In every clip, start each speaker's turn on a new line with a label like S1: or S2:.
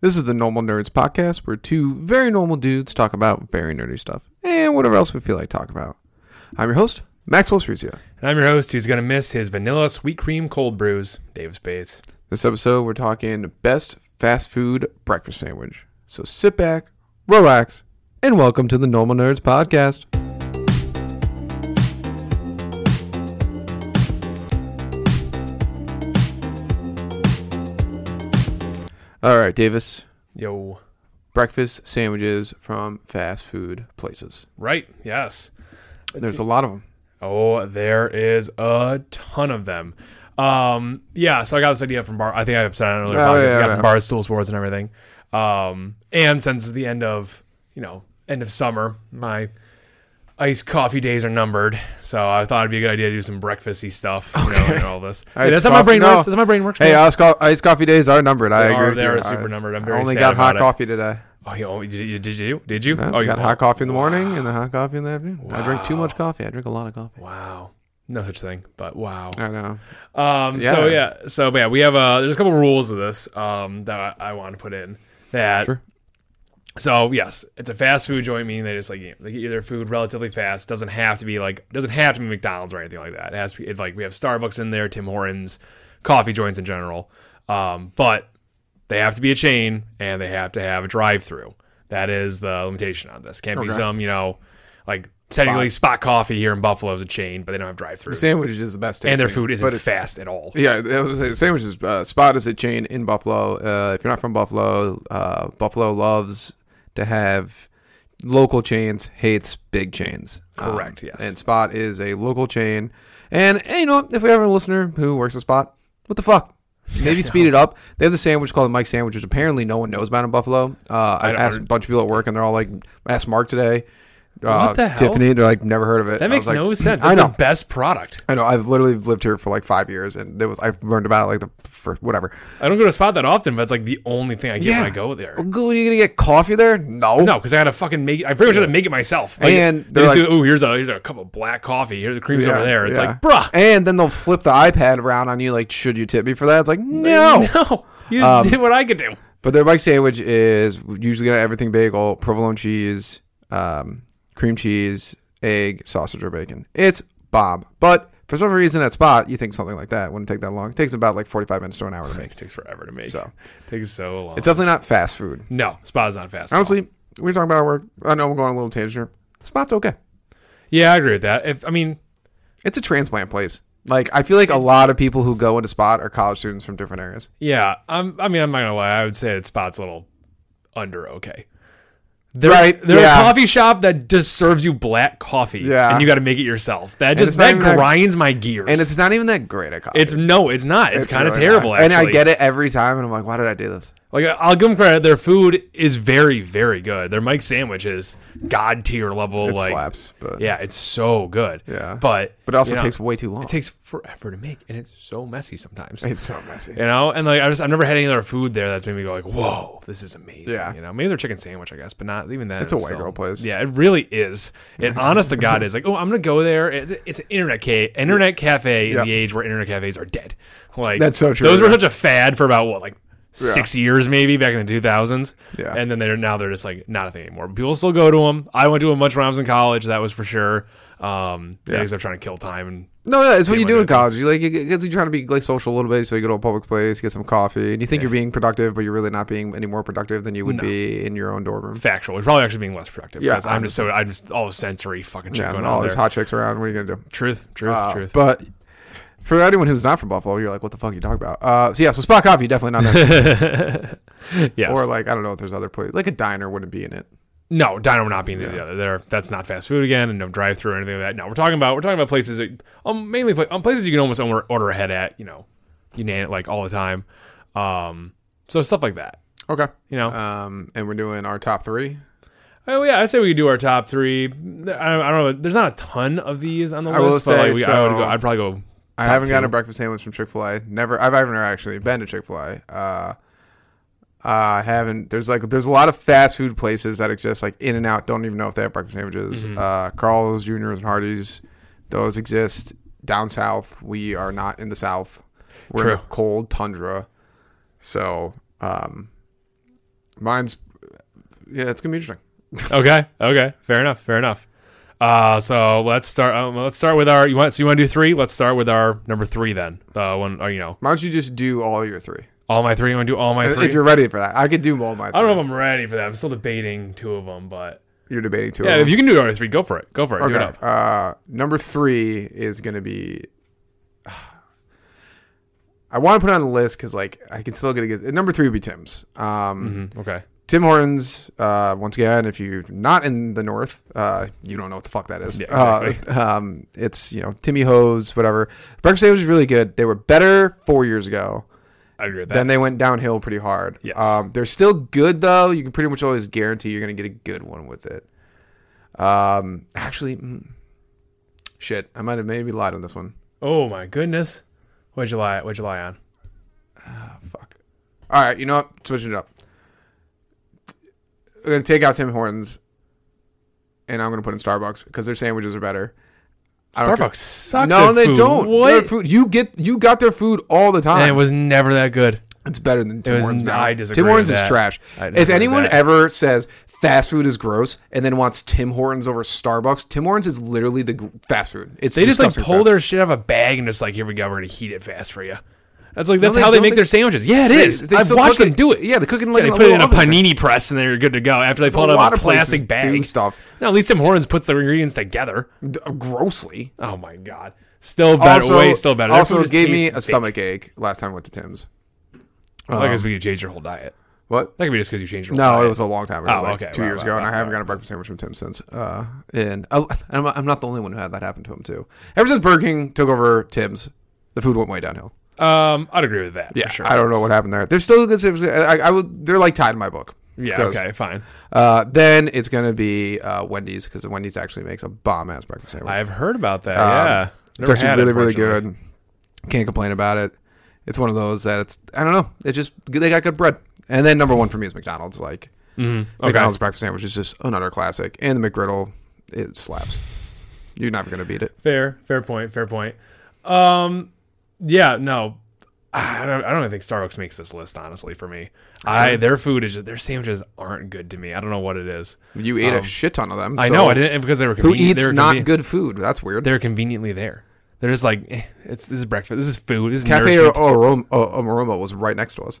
S1: This is the Normal Nerds Podcast, where two very normal dudes talk about very nerdy stuff and whatever else we feel like talking about. I'm your host, Maxwell Struzio.
S2: And I'm your host who's going to miss his vanilla sweet cream cold brews, Dave Spades.
S1: This episode, we're talking best fast food breakfast sandwich. So sit back, relax, and welcome to the Normal Nerds Podcast. All right, Davis,
S2: Yo.
S1: breakfast sandwiches from fast food places.
S2: Right. Yes.
S1: There's a lot of them.
S2: Oh, there is a ton of them. Um, yeah, so I got this idea from Bar. I think I've said it on another
S1: Oh,
S2: podcast.
S1: yeah,
S2: I got
S1: yeah.
S2: from Bar Stool Sports and everything. Um, and since it's the end of, you know, end of summer, my iced coffee days are numbered. So I thought it'd be a good idea to do some breakfasty stuff, you know, and all this. Hey,
S1: Iced
S2: that's how my
S1: coffee-
S2: brain
S1: no.
S2: works. That's how my brain works.
S1: Hey,
S2: man.
S1: ice, co- ice coffee days are numbered. I
S2: They
S1: agree.
S2: are-
S1: with
S2: they are
S1: you.
S2: super numbered. I'm very
S1: I only
S2: sad
S1: got hot
S2: about it.
S1: coffee today.
S2: oh, you, oh, did you? Did you? Did you?
S1: I
S2: you
S1: got
S2: oh,
S1: hot coffee in the morning and then hot coffee in the afternoon. I drink too much coffee. I drink a lot of coffee.
S2: Wow. No such thing, but wow.
S1: I know.
S2: Um, So
S1: Yeah.
S2: yeah, so but yeah, we have uh, there's a couple rules of this um, that I, I want to put in that.
S1: Sure.
S2: So yes, it's a fast food joint, meaning they just like you know, they get you their food relatively fast. Doesn't have to be like doesn't have to be McDonald's or anything like that. It has to be it, like we have Starbucks in there, Tim Hortons, coffee joints in general. Um, but they have to be a chain and they have to have a drive through. That is the limitation on this. Can't be
S1: Okay.
S2: some you know like technically spot coffee here in Buffalo is a chain, but they don't have drive
S1: The
S2: throughs.
S1: sandwich is the best. Tasting,
S2: and their food isn't
S1: but it-
S2: fast at all.
S1: yeah, that was the sandwich is uh, spot is a chain in Buffalo. Uh, if you're not from Buffalo, uh, Buffalo loves to have local chains, hates big chains. Um,
S2: Correct, yes.
S1: And Spot is a local chain. And, hey, you know, what? if we have a listener who works at Spot, what the fuck? Maybe speed it up. They have the sandwich called Mike Sandwich, which apparently no one knows about in Buffalo. Uh, I've
S2: don't
S1: asked a
S2: under-
S1: bunch of people at work, and they're all like, ask Mark today. Uh,
S2: the hell?
S1: Tiffany, they're like, never heard of it.
S2: That
S1: I
S2: makes
S1: was like,
S2: no sense. That's
S1: I know.
S2: the best product.
S1: I know. I've literally lived here for like five years, and there was I've learned about it like the for whatever.
S2: I don't go to Spot that often, but it's like the only thing I get
S1: Yeah.
S2: when I go there.
S1: Google, you gonna get coffee there? No.
S2: No, because I gotta fucking make. it. I pretty much had to make it myself. Like,
S1: And
S2: they
S1: they're
S2: just
S1: like-
S2: do, oh, here's a here's a cup of black coffee. Here's the cream's
S1: Yeah,
S2: over there. It's
S1: yeah.
S2: like, bruh,
S1: And then they'll flip the iPad around on you, like, should you tip me for that? It's like, no. Um,
S2: no, you just did what I could do.
S1: But their bike sandwich is usually gonna have everything bagel, provolone cheese, um, cream cheese, egg, sausage, or bacon. It's bomb. But for some reason, at Spot, you think something like that wouldn't take that long. It takes about like forty-five minutes to an hour to make.
S2: It takes forever to make.
S1: So.
S2: takes so long.
S1: It's definitely not fast food.
S2: no, Spot is not fast. at all.
S1: Honestly, we were talking about our work. I know I'm going on a little tangent. here. Spot's okay.
S2: yeah, I agree with that. If I mean,
S1: It's a transplant place. Like I feel like a lot of people who go into Spot are college students from different areas.
S2: yeah, I'm. I mean, I'm not gonna lie. I would say that Spot's a little under okay. They're,
S1: Right,
S2: They're
S1: yeah.
S2: a coffee shop that just serves you black coffee.
S1: Yeah.
S2: And you got to make it yourself. That
S1: it's
S2: just
S1: not
S2: that
S1: even that-
S2: grinds my gears.
S1: And it's not even that great at college.
S2: It's no, it's not. It's, kind of
S1: really
S2: terrible.
S1: not.
S2: Actually.
S1: And I get it every time, and I'm like, why did I do this?
S2: Like I'll give them credit. Their food is very, very good. Their Mike sandwich is god tier level.
S1: It
S2: like
S1: slaps, but
S2: yeah, it's so good.
S1: Yeah.
S2: but
S1: but it also
S2: you know,
S1: takes way too long.
S2: it takes forever to make, and it's so messy sometimes.
S1: it's so messy.
S2: you know, and like I just I've never had any other food there that's made me go like, whoa, this is amazing.
S1: Yeah.
S2: you know, maybe their chicken sandwich, I guess, but not even that.
S1: It's a white
S2: still-
S1: girl place.
S2: Yeah, it really is. It honest to god is like, oh, I'm gonna go there. It's, it's an internet ca- internet cafe in
S1: Yeah.
S2: the age where internet cafes are dead. Like
S1: That's so true,
S2: Those were
S1: yeah.
S2: such a fad for about what like. Six years, maybe back in the 2000s,
S1: Yeah.
S2: and then they're now they're just like not a thing anymore. People still go to them. I went to a bunch when I was in college. That was for sure. Um, yeah. Except trying to kill time and
S1: No, no, it's what you
S2: my
S1: do in
S2: goodness.
S1: college. You like, because you're trying to be like social a little bit, so you go to a public place, get some coffee, and you think you're being productive, but you're really not being any more productive than you would be in your own dorm room.
S2: factual. We're probably actually being less productive.
S1: Yeah,
S2: because I'm just so I'm just all sensory fucking shit
S1: Yeah,
S2: going
S1: and
S2: on
S1: all
S2: there.
S1: these hot chicks around. What are you gonna do?
S2: Truth, truth,
S1: Uh,
S2: truth.
S1: But for anyone who's not from Buffalo, you're like, what the fuck are you talking about? Uh, so yeah, so Spot Coffee definitely not. that.
S2: yes.
S1: or like, I don't know if there's other place like a diner wouldn't be in it.
S2: no, diner not being the other. There, that's not fast food again, and no drive through or anything like that. No, we're talking about we're talking about places that um mainly pla- um, places you can almost order, order ahead at. You know, you name it like all the time. Um, so stuff like that.
S1: Okay.
S2: You know.
S1: Um, and we're doing our top three.
S2: oh yeah, I say we could do our top three. I don't, I don't know. There's not a ton of these on the
S1: I will
S2: list, but
S1: say,
S2: like we, I would
S1: so-
S2: go, I'd probably go.
S1: I
S2: Top
S1: haven't gotten
S2: two.
S1: a breakfast sandwich from Chick Fil A. Never. I've I've never actually been to Chick Fil A. Uh, I haven't. There's like there's a lot of fast food places that exist. Like In and Out. Don't even know if they have breakfast sandwiches.
S2: Mm-hmm.
S1: Uh, Carl's Jr. and Hardee's. Those exist down south. We are not in the south. We're in
S2: True.
S1: the cold tundra. So um, Mine's yeah, it's gonna be interesting.
S2: okay, okay, fair enough, fair enough. Uh, so let's start. Um, let's start with our. You want? So you want to do three? Let's start with our number three then. The one, or, you know,
S1: Why don't you just do all your three?
S2: all my three. You want to do all my three?
S1: If you're ready for that, I could do all my. Three.
S2: I don't know if I'm ready for that. I'm still debating two of them, but
S1: You're debating two.
S2: yeah,
S1: of
S2: if
S1: them.
S2: you can do it on three, go for it. Go for it. Do it up.
S1: okay. Uh, number three is gonna be. I want to put it on the list because like I can still get it. Number three would be Tim's. Um,
S2: Mhm, Okay.
S1: Tim Hortons, uh, once again, if you're not in the North, uh, you don't know what the fuck that is.
S2: Yeah, exactly.
S1: Uh, um, it's, you know, Timmy Ho's, whatever. Breakfast sandwich was really good. They were better four years ago.
S2: I agree with that.
S1: Then they went downhill pretty hard.
S2: Yes.
S1: Um, they're still good, though. You can pretty much always guarantee you're going to get a good one with it. Um, actually, mm, shit, I might have maybe lied on this one.
S2: oh my goodness. What'd you lie? What'd you lie on?
S1: Fuck. All right, you know what? Switching it up. I'm gonna take out Tim Hortons, and I'm gonna put in Starbucks because their sandwiches are better. I don't care.
S2: Starbucks sucks.
S1: No,
S2: at
S1: they
S2: food.
S1: don't. Their
S2: What?
S1: food, you get you got their food all the time.
S2: And it was never that good.
S1: it's better than Tim
S2: was-
S1: Hortons. now.
S2: I disagree
S1: Tim Hortons
S2: with that.
S1: is trash.
S2: I disagree
S1: If
S2: with
S1: anyone
S2: that.
S1: ever says fast food is gross and then wants Tim Hortons over Starbucks, Tim Hortons is literally the gr- fast food. It's
S2: They just like
S1: disgusting
S2: pull
S1: crap.
S2: their shit out of a bag and just like, here we go, we're gonna heat it fast for you. That's like that's
S1: they-
S2: how they
S1: don't
S2: make
S1: they-
S2: their sandwiches. Yeah, it
S1: They-
S2: is.
S1: they
S2: I've
S1: still
S2: watched
S1: cook
S2: them do it.
S1: Yeah, they cook it in
S2: Yeah,
S1: like
S2: they
S1: a
S2: put it in a
S1: little oven thing.
S2: panini press and they're good to go. After they pull it
S1: a
S2: out
S1: lot
S2: of a
S1: of places
S2: plastic
S1: do
S2: bag
S1: stuff.
S2: No, at least Tim Hortons puts the ingredients together.
S1: D- uh, grossly.
S2: Oh my god, still better. Way still better. Their
S1: Also
S2: food just
S1: gave me
S2: tastes
S1: a stomach ache last time I went to Tim's.
S2: Big. Like, because you change your whole diet.
S1: What?
S2: That could be just because you changed your whole
S1: No,
S2: diet.
S1: it was a long time ago.
S2: Oh,
S1: it was like
S2: okay.
S1: two
S2: Wow,
S1: years
S2: wow,
S1: ago, and
S2: wow,
S1: I haven't
S2: wow,
S1: got a breakfast sandwich from Tim since. Uh, and I, I'm, I'm not the only one who had that happen to him too. Ever since Burger King took over Tim's, the food went way downhill.
S2: Um, I'd agree with that.
S1: Yeah,
S2: for sure.
S1: I don't know what happened there. They're still a good sandwich. I, I would. They're like tied in my book.
S2: Yeah.
S1: 'Cause,
S2: Okay. Fine.
S1: Uh, then it's gonna be uh, Wendy's because Wendy's actually makes a bomb ass breakfast sandwich.
S2: I've heard about that.
S1: Um,
S2: yeah.
S1: It's
S2: Never
S1: actually
S2: had it,
S1: really, really
S2: fortunately.
S1: good. Can't complain about it. It's one of those that it's I don't know. It just they got good bread. And then number one for me is McDonald's. Like
S2: Mhm. Okay.
S1: McDonald's breakfast sandwich is just another classic. And the McGriddle, it slaps. You're never gonna beat it.
S2: Fair, fair point, fair point. Um, yeah, no, I don't, I don't even think Starbucks makes this list honestly for me. I their food is just, their sandwiches aren't good to me. I don't know what it is.
S1: You ate a
S2: Um,
S1: shit ton of them.
S2: I
S1: so
S2: know I didn't because they were
S1: Who
S2: convenient. they
S1: eats
S2: were
S1: not
S2: conven-
S1: good food? That's weird.
S2: They're conveniently there. They're just like eh, it's this is breakfast. This is food. This is
S1: Cafe
S2: nourishment.
S1: Aroma, uh, Aroma was right next to us.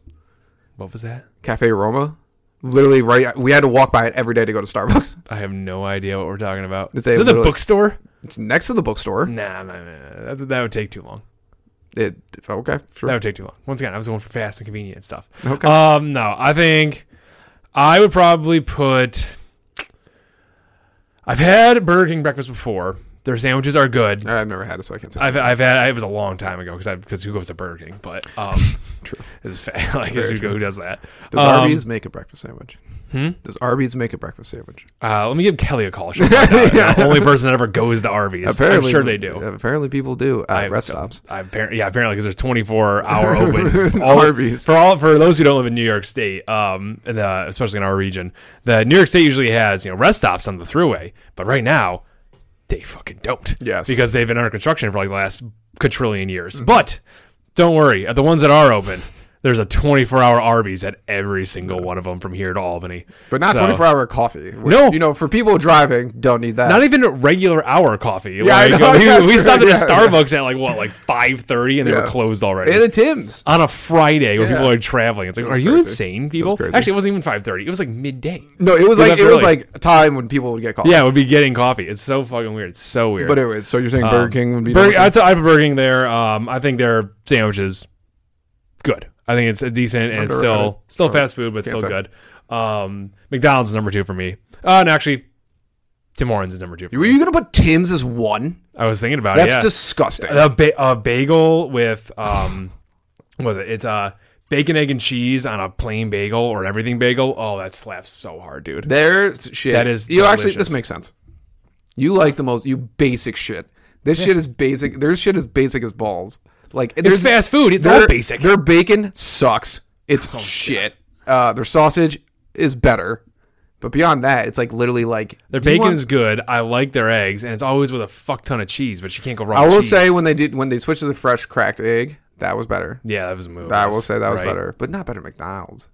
S2: What was that?
S1: Cafe Aroma, literally right. We had to walk by it every day to go to Starbucks.
S2: I have no idea what we're talking about.
S1: It's a
S2: is it the
S1: literally-
S2: bookstore?
S1: It's next to the bookstore.
S2: Nah, nah, nah, nah. That, that would take too long.
S1: It okay, sure.
S2: That would take too long. Once again, I was going for fast and convenient stuff.
S1: Okay.
S2: Um, no, I think I would probably put. I've had Burger King breakfast before. Their sandwiches are good.
S1: I've never had it, so I can't say.
S2: I've, I've had it was a long time ago because because who goes to Burger King? But um,
S1: True.
S2: This is fact. Like
S1: Very
S2: who,
S1: true.
S2: who does that?
S1: Does
S2: Um,
S1: Arby's make a breakfast sandwich?
S2: Hmm?
S1: Does Arby's make a breakfast sandwich?
S2: Uh, let me give Kelly a call. She'll find out. The only person that ever goes to Arby's. I'm sure they do.
S1: Apparently, people do at
S2: I-
S1: rest stops.
S2: I apparently, yeah, apparently, because there's 24 hour open all,
S1: Arby's.
S2: for all for those who don't live in New York State, um, and, uh, especially in our region. The New York State usually has you know rest stops on the thruway, but right now they fucking don't.
S1: Yes.
S2: because they've been under construction for like the last quadrillion years.
S1: Mm-hmm.
S2: But don't worry, at the ones that are open, there's a 24 hour Arby's at every single one of them from here to Albany.
S1: But not
S2: So-
S1: 24 hour coffee. which,
S2: No.
S1: You know, for people driving, don't need that.
S2: not even a regular hour coffee.
S1: Yeah, I
S2: Like,
S1: know,
S2: we,
S1: that's
S2: we
S1: true,
S2: stopped at
S1: yeah,
S2: a Starbucks at like what, like five thirty, and they were
S1: Yeah.
S2: closed already.
S1: and the Tim's.
S2: on a Friday where
S1: Yeah.
S2: people are traveling. It's like,
S1: was
S2: are you
S1: crazy.
S2: insane, people?
S1: crazy.
S2: Actually, it wasn't even five thirty. It was like midday.
S1: No, it was
S2: It was
S1: like
S2: up
S1: it was
S2: early.
S1: like a time when people would get coffee.
S2: Yeah, we'd be getting coffee. It's so fucking weird. It's so weird.
S1: But anyways, so you're saying Burger King would be
S2: Um, Burger,
S1: number
S2: I'd say I have a Burger King there. Um, I think their sandwiches good. I think it's a decent and it's
S1: Underrated.
S2: still still fast food, but
S1: Can't say.
S2: still good. Um, McDonald's is number two for me. Uh, and actually, Tim Hortons is number two. For
S1: two? Were
S2: me.
S1: you gonna put Tim's as one?
S2: I was thinking about
S1: That's
S2: it. yeah.
S1: disgusting.
S2: a, ba- a bagel with um what was it it's uh, bacon egg and cheese on a plain bagel or an everything bagel oh that slaps so hard dude
S1: There's shit.
S2: That is
S1: you actually.
S2: delicious.
S1: This makes sense. You like the most you basic shit. This shit is basic. Their shit is basic as balls. Like
S2: it's fast food it's all basic Oh,
S1: Their bacon sucks. It's shit. Uh, their sausage is better, but beyond that, it's like literally like
S2: their
S1: do you
S2: bacon
S1: want-
S2: is good i like their eggs and it's always with a fuck ton of cheese but you can't go wrong
S1: I
S2: with
S1: will
S2: cheese.
S1: say when they did when they switched to the fresh cracked egg, that was better.
S2: yeah that was a move
S1: I will say that was
S2: right?
S1: better, but not better than McDonald's.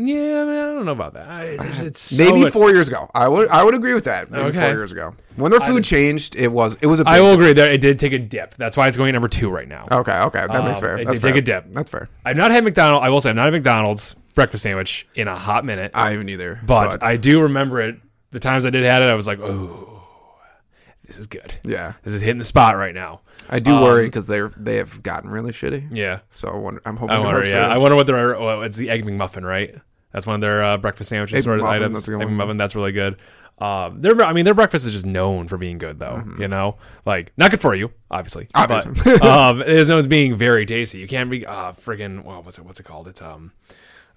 S2: Yeah, I, mean, I don't know about that. I- It's, it's so
S1: Maybe
S2: ad-
S1: four years ago. I would I would agree with that. Maybe
S2: Okay.
S1: four years ago. When their food changed, it was it was a big,
S2: I will agree that it did take a dip. That's why it's going at number two right now.
S1: Okay, okay. That makes
S2: Um,
S1: fair.
S2: it
S1: That's
S2: did take
S1: fair.
S2: a dip.
S1: That's fair.
S2: I've not had McDonald. I will say I've not had McDonald's breakfast sandwich in a hot minute,
S1: I haven't either.
S2: but, I do remember it. The times I did had it, I was like, "Oh, this is good.
S1: yeah,
S2: This is hitting the spot right now."
S1: I do worry because they're they have gotten really shitty.
S2: Um, Yeah,
S1: So I wonder, I'm hoping.
S2: I
S1: to
S2: wonder.
S1: hope so.
S2: Yeah, I wonder what their well, it's the egg McMuffin, right? That's one of their uh, breakfast sandwiches
S1: Egg
S2: sort of
S1: McMuffin,
S2: items.
S1: that's a
S2: Egg
S1: good one.
S2: McMuffin, that's really good. Um, their I mean their breakfast is just known for being good though. You know, like not good for you, obviously.
S1: Mm-hmm. Obviously.
S2: But, um, it is known as being very tasty. You can't be uh, friggin' well, what's it what's it called? It's um,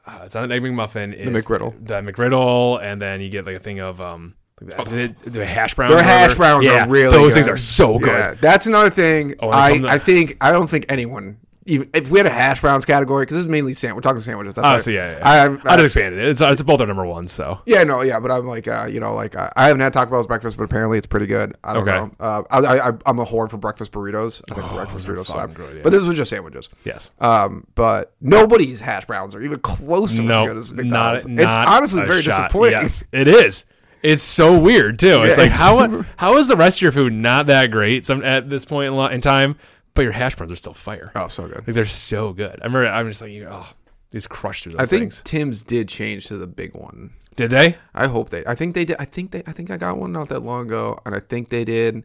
S2: uh, it's not an egg McMuffin. It's
S1: McGriddle. Oh.
S2: The McGriddle, and then you get like a thing of um. The, the hash browns.
S1: Their
S2: or
S1: hash
S2: whatever.
S1: browns
S2: yeah,
S1: are really
S2: Those
S1: good.
S2: things are so good.
S1: Yeah, that's another thing.
S2: when it
S1: I,
S2: comes to-
S1: I think I don't think anyone even if we had a hash browns category because this is mainly sand. We're talking sandwiches. That's
S2: Oh,
S1: our-
S2: so yeah, yeah, yeah.
S1: I, I'm-
S2: I'd have expanded it. It's, it's both our number one. So
S1: Yeah, no, yeah, but I'm like, uh, you know, like uh, I haven't had Taco Bell's breakfast, but apparently it's pretty good. I don't
S2: Okay. Oh,
S1: know. Uh, I, I, I'm a whore for breakfast burritos. I think breakfast burritos
S2: fucking
S1: slap,
S2: good, yeah.
S1: but this was just sandwiches.
S2: yes,
S1: Um, but nobody's hash browns are even close to
S2: No,
S1: as good as
S2: not,
S1: McDonald's. it's
S2: not
S1: honestly
S2: a
S1: very
S2: shot.
S1: disappointing.
S2: Yes, it is. It's so weird too. it's
S1: Yeah,
S2: like
S1: it's
S2: how
S1: super-
S2: how is the rest of your food not that great? Some at this point in, lo- in time, but your hash browns are still fire.
S1: Oh, so good.
S2: Like they're so good. I remember I'm just like you- oh, these crushed through those
S1: I think
S2: things.
S1: Tim's did change to the big one.
S2: Did they?
S1: I hope they. I think they did. I think they. I think I got one not that long ago, and I think they did.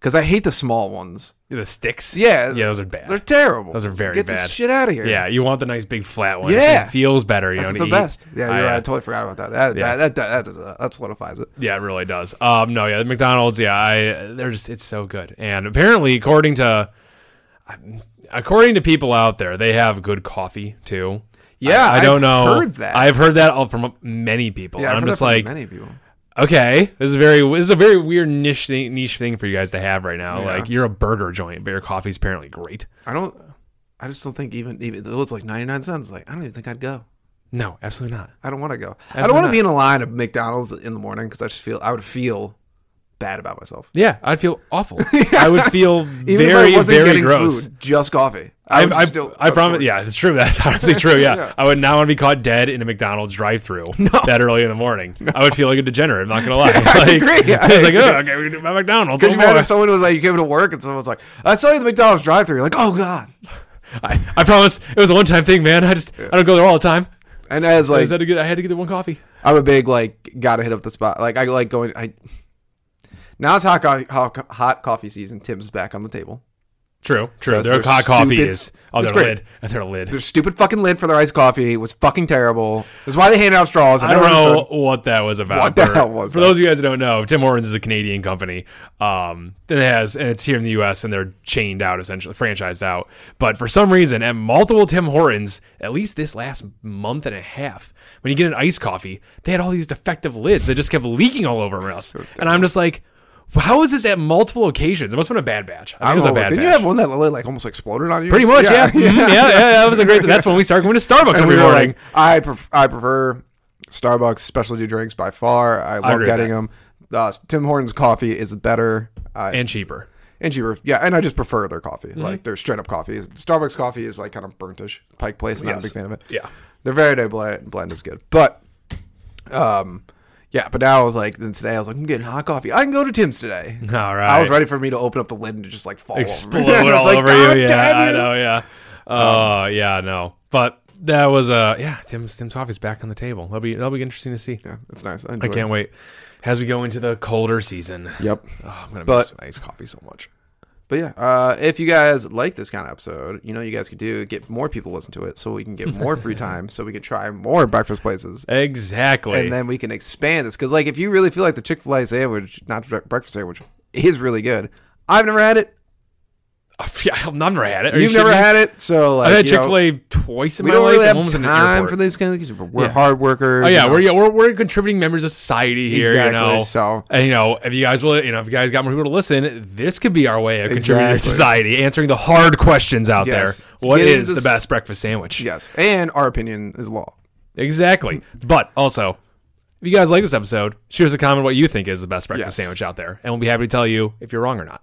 S1: Because I hate the small ones.
S2: The sticks?
S1: Yeah.
S2: yeah, those are bad.
S1: They're terrible.
S2: Those are very
S1: Get
S2: bad.
S1: this shit out of here.
S2: yeah, you want the nice big flat one.
S1: Yeah.
S2: it feels better. You
S1: That's
S2: know,
S1: the
S2: to eat.
S1: best. Yeah,
S2: I,
S1: you're right. I
S2: uh,
S1: totally forgot about that. That
S2: Yeah.
S1: that, that, that, that, that solidifies it.
S2: Yeah, it really does. Um, no, yeah, the McDonald's, yeah, I they're just it's so good. And apparently, according to according to people out there, they have good coffee too.
S1: Yeah,
S2: I, I don't
S1: I've
S2: know.
S1: heard that.
S2: I've heard that all from many people.
S1: Yeah, I've
S2: and I'm
S1: heard
S2: just
S1: that from
S2: like,
S1: many people.
S2: okay, this is very this is a very weird niche thing, niche thing for you guys to have right now.
S1: Yeah.
S2: Like, you're a burger joint, but your coffee's apparently great.
S1: I don't. I just don't think even even though it's like 99 cents. Like I don't even think I'd go.
S2: No, absolutely not.
S1: I don't want to go. I
S2: Absolutely
S1: don't want
S2: not.
S1: to be in a line at McDonald's in the morning because I just feel I would feel bad about myself.
S2: Yeah, I'd feel awful. I would feel
S1: Even
S2: very,
S1: if I wasn't
S2: very
S1: getting
S2: gross.
S1: food, just coffee.
S2: I,
S1: would
S2: I,
S1: still-
S2: I
S1: would
S2: promise.
S1: still-
S2: Yeah, it's true. That's honestly true. Yeah.
S1: Yeah.
S2: I would not want to be caught dead in a McDonald's drive-through that early in the morning. I would feel like a degenerate. I'm not gonna lie.
S1: I
S2: like,
S1: agree.
S2: I was
S1: I
S2: like,
S1: agree.
S2: oh, okay, we can do my McDonald's.
S1: Could you
S2: no
S1: imagine
S2: more."
S1: if someone was like, you came to work and someone was like, I saw you at the McDonald's drive thru Like, oh, God.
S2: I, I promise it was a one-time thing, man. I just I don't go there all the time.
S1: And as
S2: I
S1: like,
S2: just had to get I had to get the one coffee.
S1: I'm a big, like, gotta hit up the spot. Like, I like going, I, now it's hot, co- hot, hot coffee season. Tim's back on the table.
S2: True. True.
S1: Yes,
S2: Their
S1: they're
S2: hot coffee
S1: stupid.
S2: is on
S1: It's
S2: their
S1: great.
S2: lid. And their lid.
S1: Their stupid fucking lid for their iced coffee was fucking terrible. That's why they handed out straws.
S2: I don't know what that was about.
S1: What the
S2: For-
S1: hell was
S2: For
S1: that?
S2: those of you guys that don't know, Tim Hortons is a Canadian company. Um, and it has, and it's here in the U.S. and they're chained out, essentially franchised out. But for some reason, at multiple Tim Hortons, at least this last month and a half, when you get an iced coffee, they had all these defective lids that just kept leaking all over us. And I'm just like, how is this at multiple occasions? It must have been a bad batch. I think
S1: I
S2: it was
S1: don't
S2: a
S1: know.
S2: bad
S1: Oh, Didn't
S2: batch.
S1: you have one that literally, like almost exploded on you?
S2: Pretty much, yeah. Mhm, Yeah. yeah, yeah, That was a great. That's when we started going to Starbucks
S1: And
S2: every
S1: we were
S2: morning.
S1: like, I, pref- I prefer Starbucks specialty drinks by far. I love
S2: agree with
S1: getting
S2: that.
S1: them. Uh, Tim Hortons coffee is better. I
S2: and cheaper.
S1: and cheaper. Yeah, and I just prefer their coffee.
S2: Mm-hmm.
S1: Like their straight up coffee. Starbucks coffee is like kind of burntish. Pike Place, not
S2: Yes.
S1: a big fan of it.
S2: Yeah.
S1: their Verde blend, blend is good, but um, yeah. But now I was like, then today I was like, I'm getting hot coffee. I can go to Tim's today.
S2: All right.
S1: I was ready for me to open up the lid and just like fall
S2: explode
S1: over. I was
S2: all
S1: like,
S2: over
S1: "God
S2: you. Yeah,
S1: damn
S2: I
S1: you." Um,
S2: know. Yeah. Oh, yeah. No, but that was uh, yeah. Tim's Tim's coffee's back on the table. That'll be that'll be interesting to see.
S1: Yeah, it's nice. I,
S2: I
S1: enjoy
S2: can't wait. As we go into the colder season,
S1: It. Yep.
S2: oh, I'm gonna
S1: But-
S2: miss iced coffee so much.
S1: But yeah, uh, if you guys like this kind of episode, you know, you guys could do get more people to listen to it, so we can get more free time, so we can try more breakfast places.
S2: Exactly.
S1: and then we can expand this because like if you really feel like the chick-fil-a sandwich not bre- breakfast sandwich is really good i've never had it
S2: Oh, yeah, I've never had it. Are you
S1: you've never
S2: kidding me?
S1: had it so like
S2: I've had
S1: you know,
S2: Chick Fil A twice in
S1: we
S2: my
S1: don't
S2: life.
S1: really
S2: and one was
S1: have
S2: in the
S1: time
S2: airport.
S1: for these kind of things but we're
S2: Yeah.
S1: hard workers
S2: Oh
S1: you
S2: yeah,
S1: know.
S2: we're, yeah, we're we're contributing members of society here, you
S1: Exactly,
S2: know.
S1: so-
S2: and you know, if you guys will, you know, if you guys got more people to listen, this could be our way of contributing to
S1: Exactly.
S2: society, answering the hard questions out
S1: Yes.
S2: there. What
S1: Get
S2: is
S1: into
S2: the
S1: s-
S2: best breakfast sandwich?
S1: yes and our opinion is law
S2: Exactly. But also, if you guys like this episode, shoot us a comment what you think is the best breakfast
S1: Yes.
S2: sandwich out there, and we'll be happy to tell you if you're wrong or not.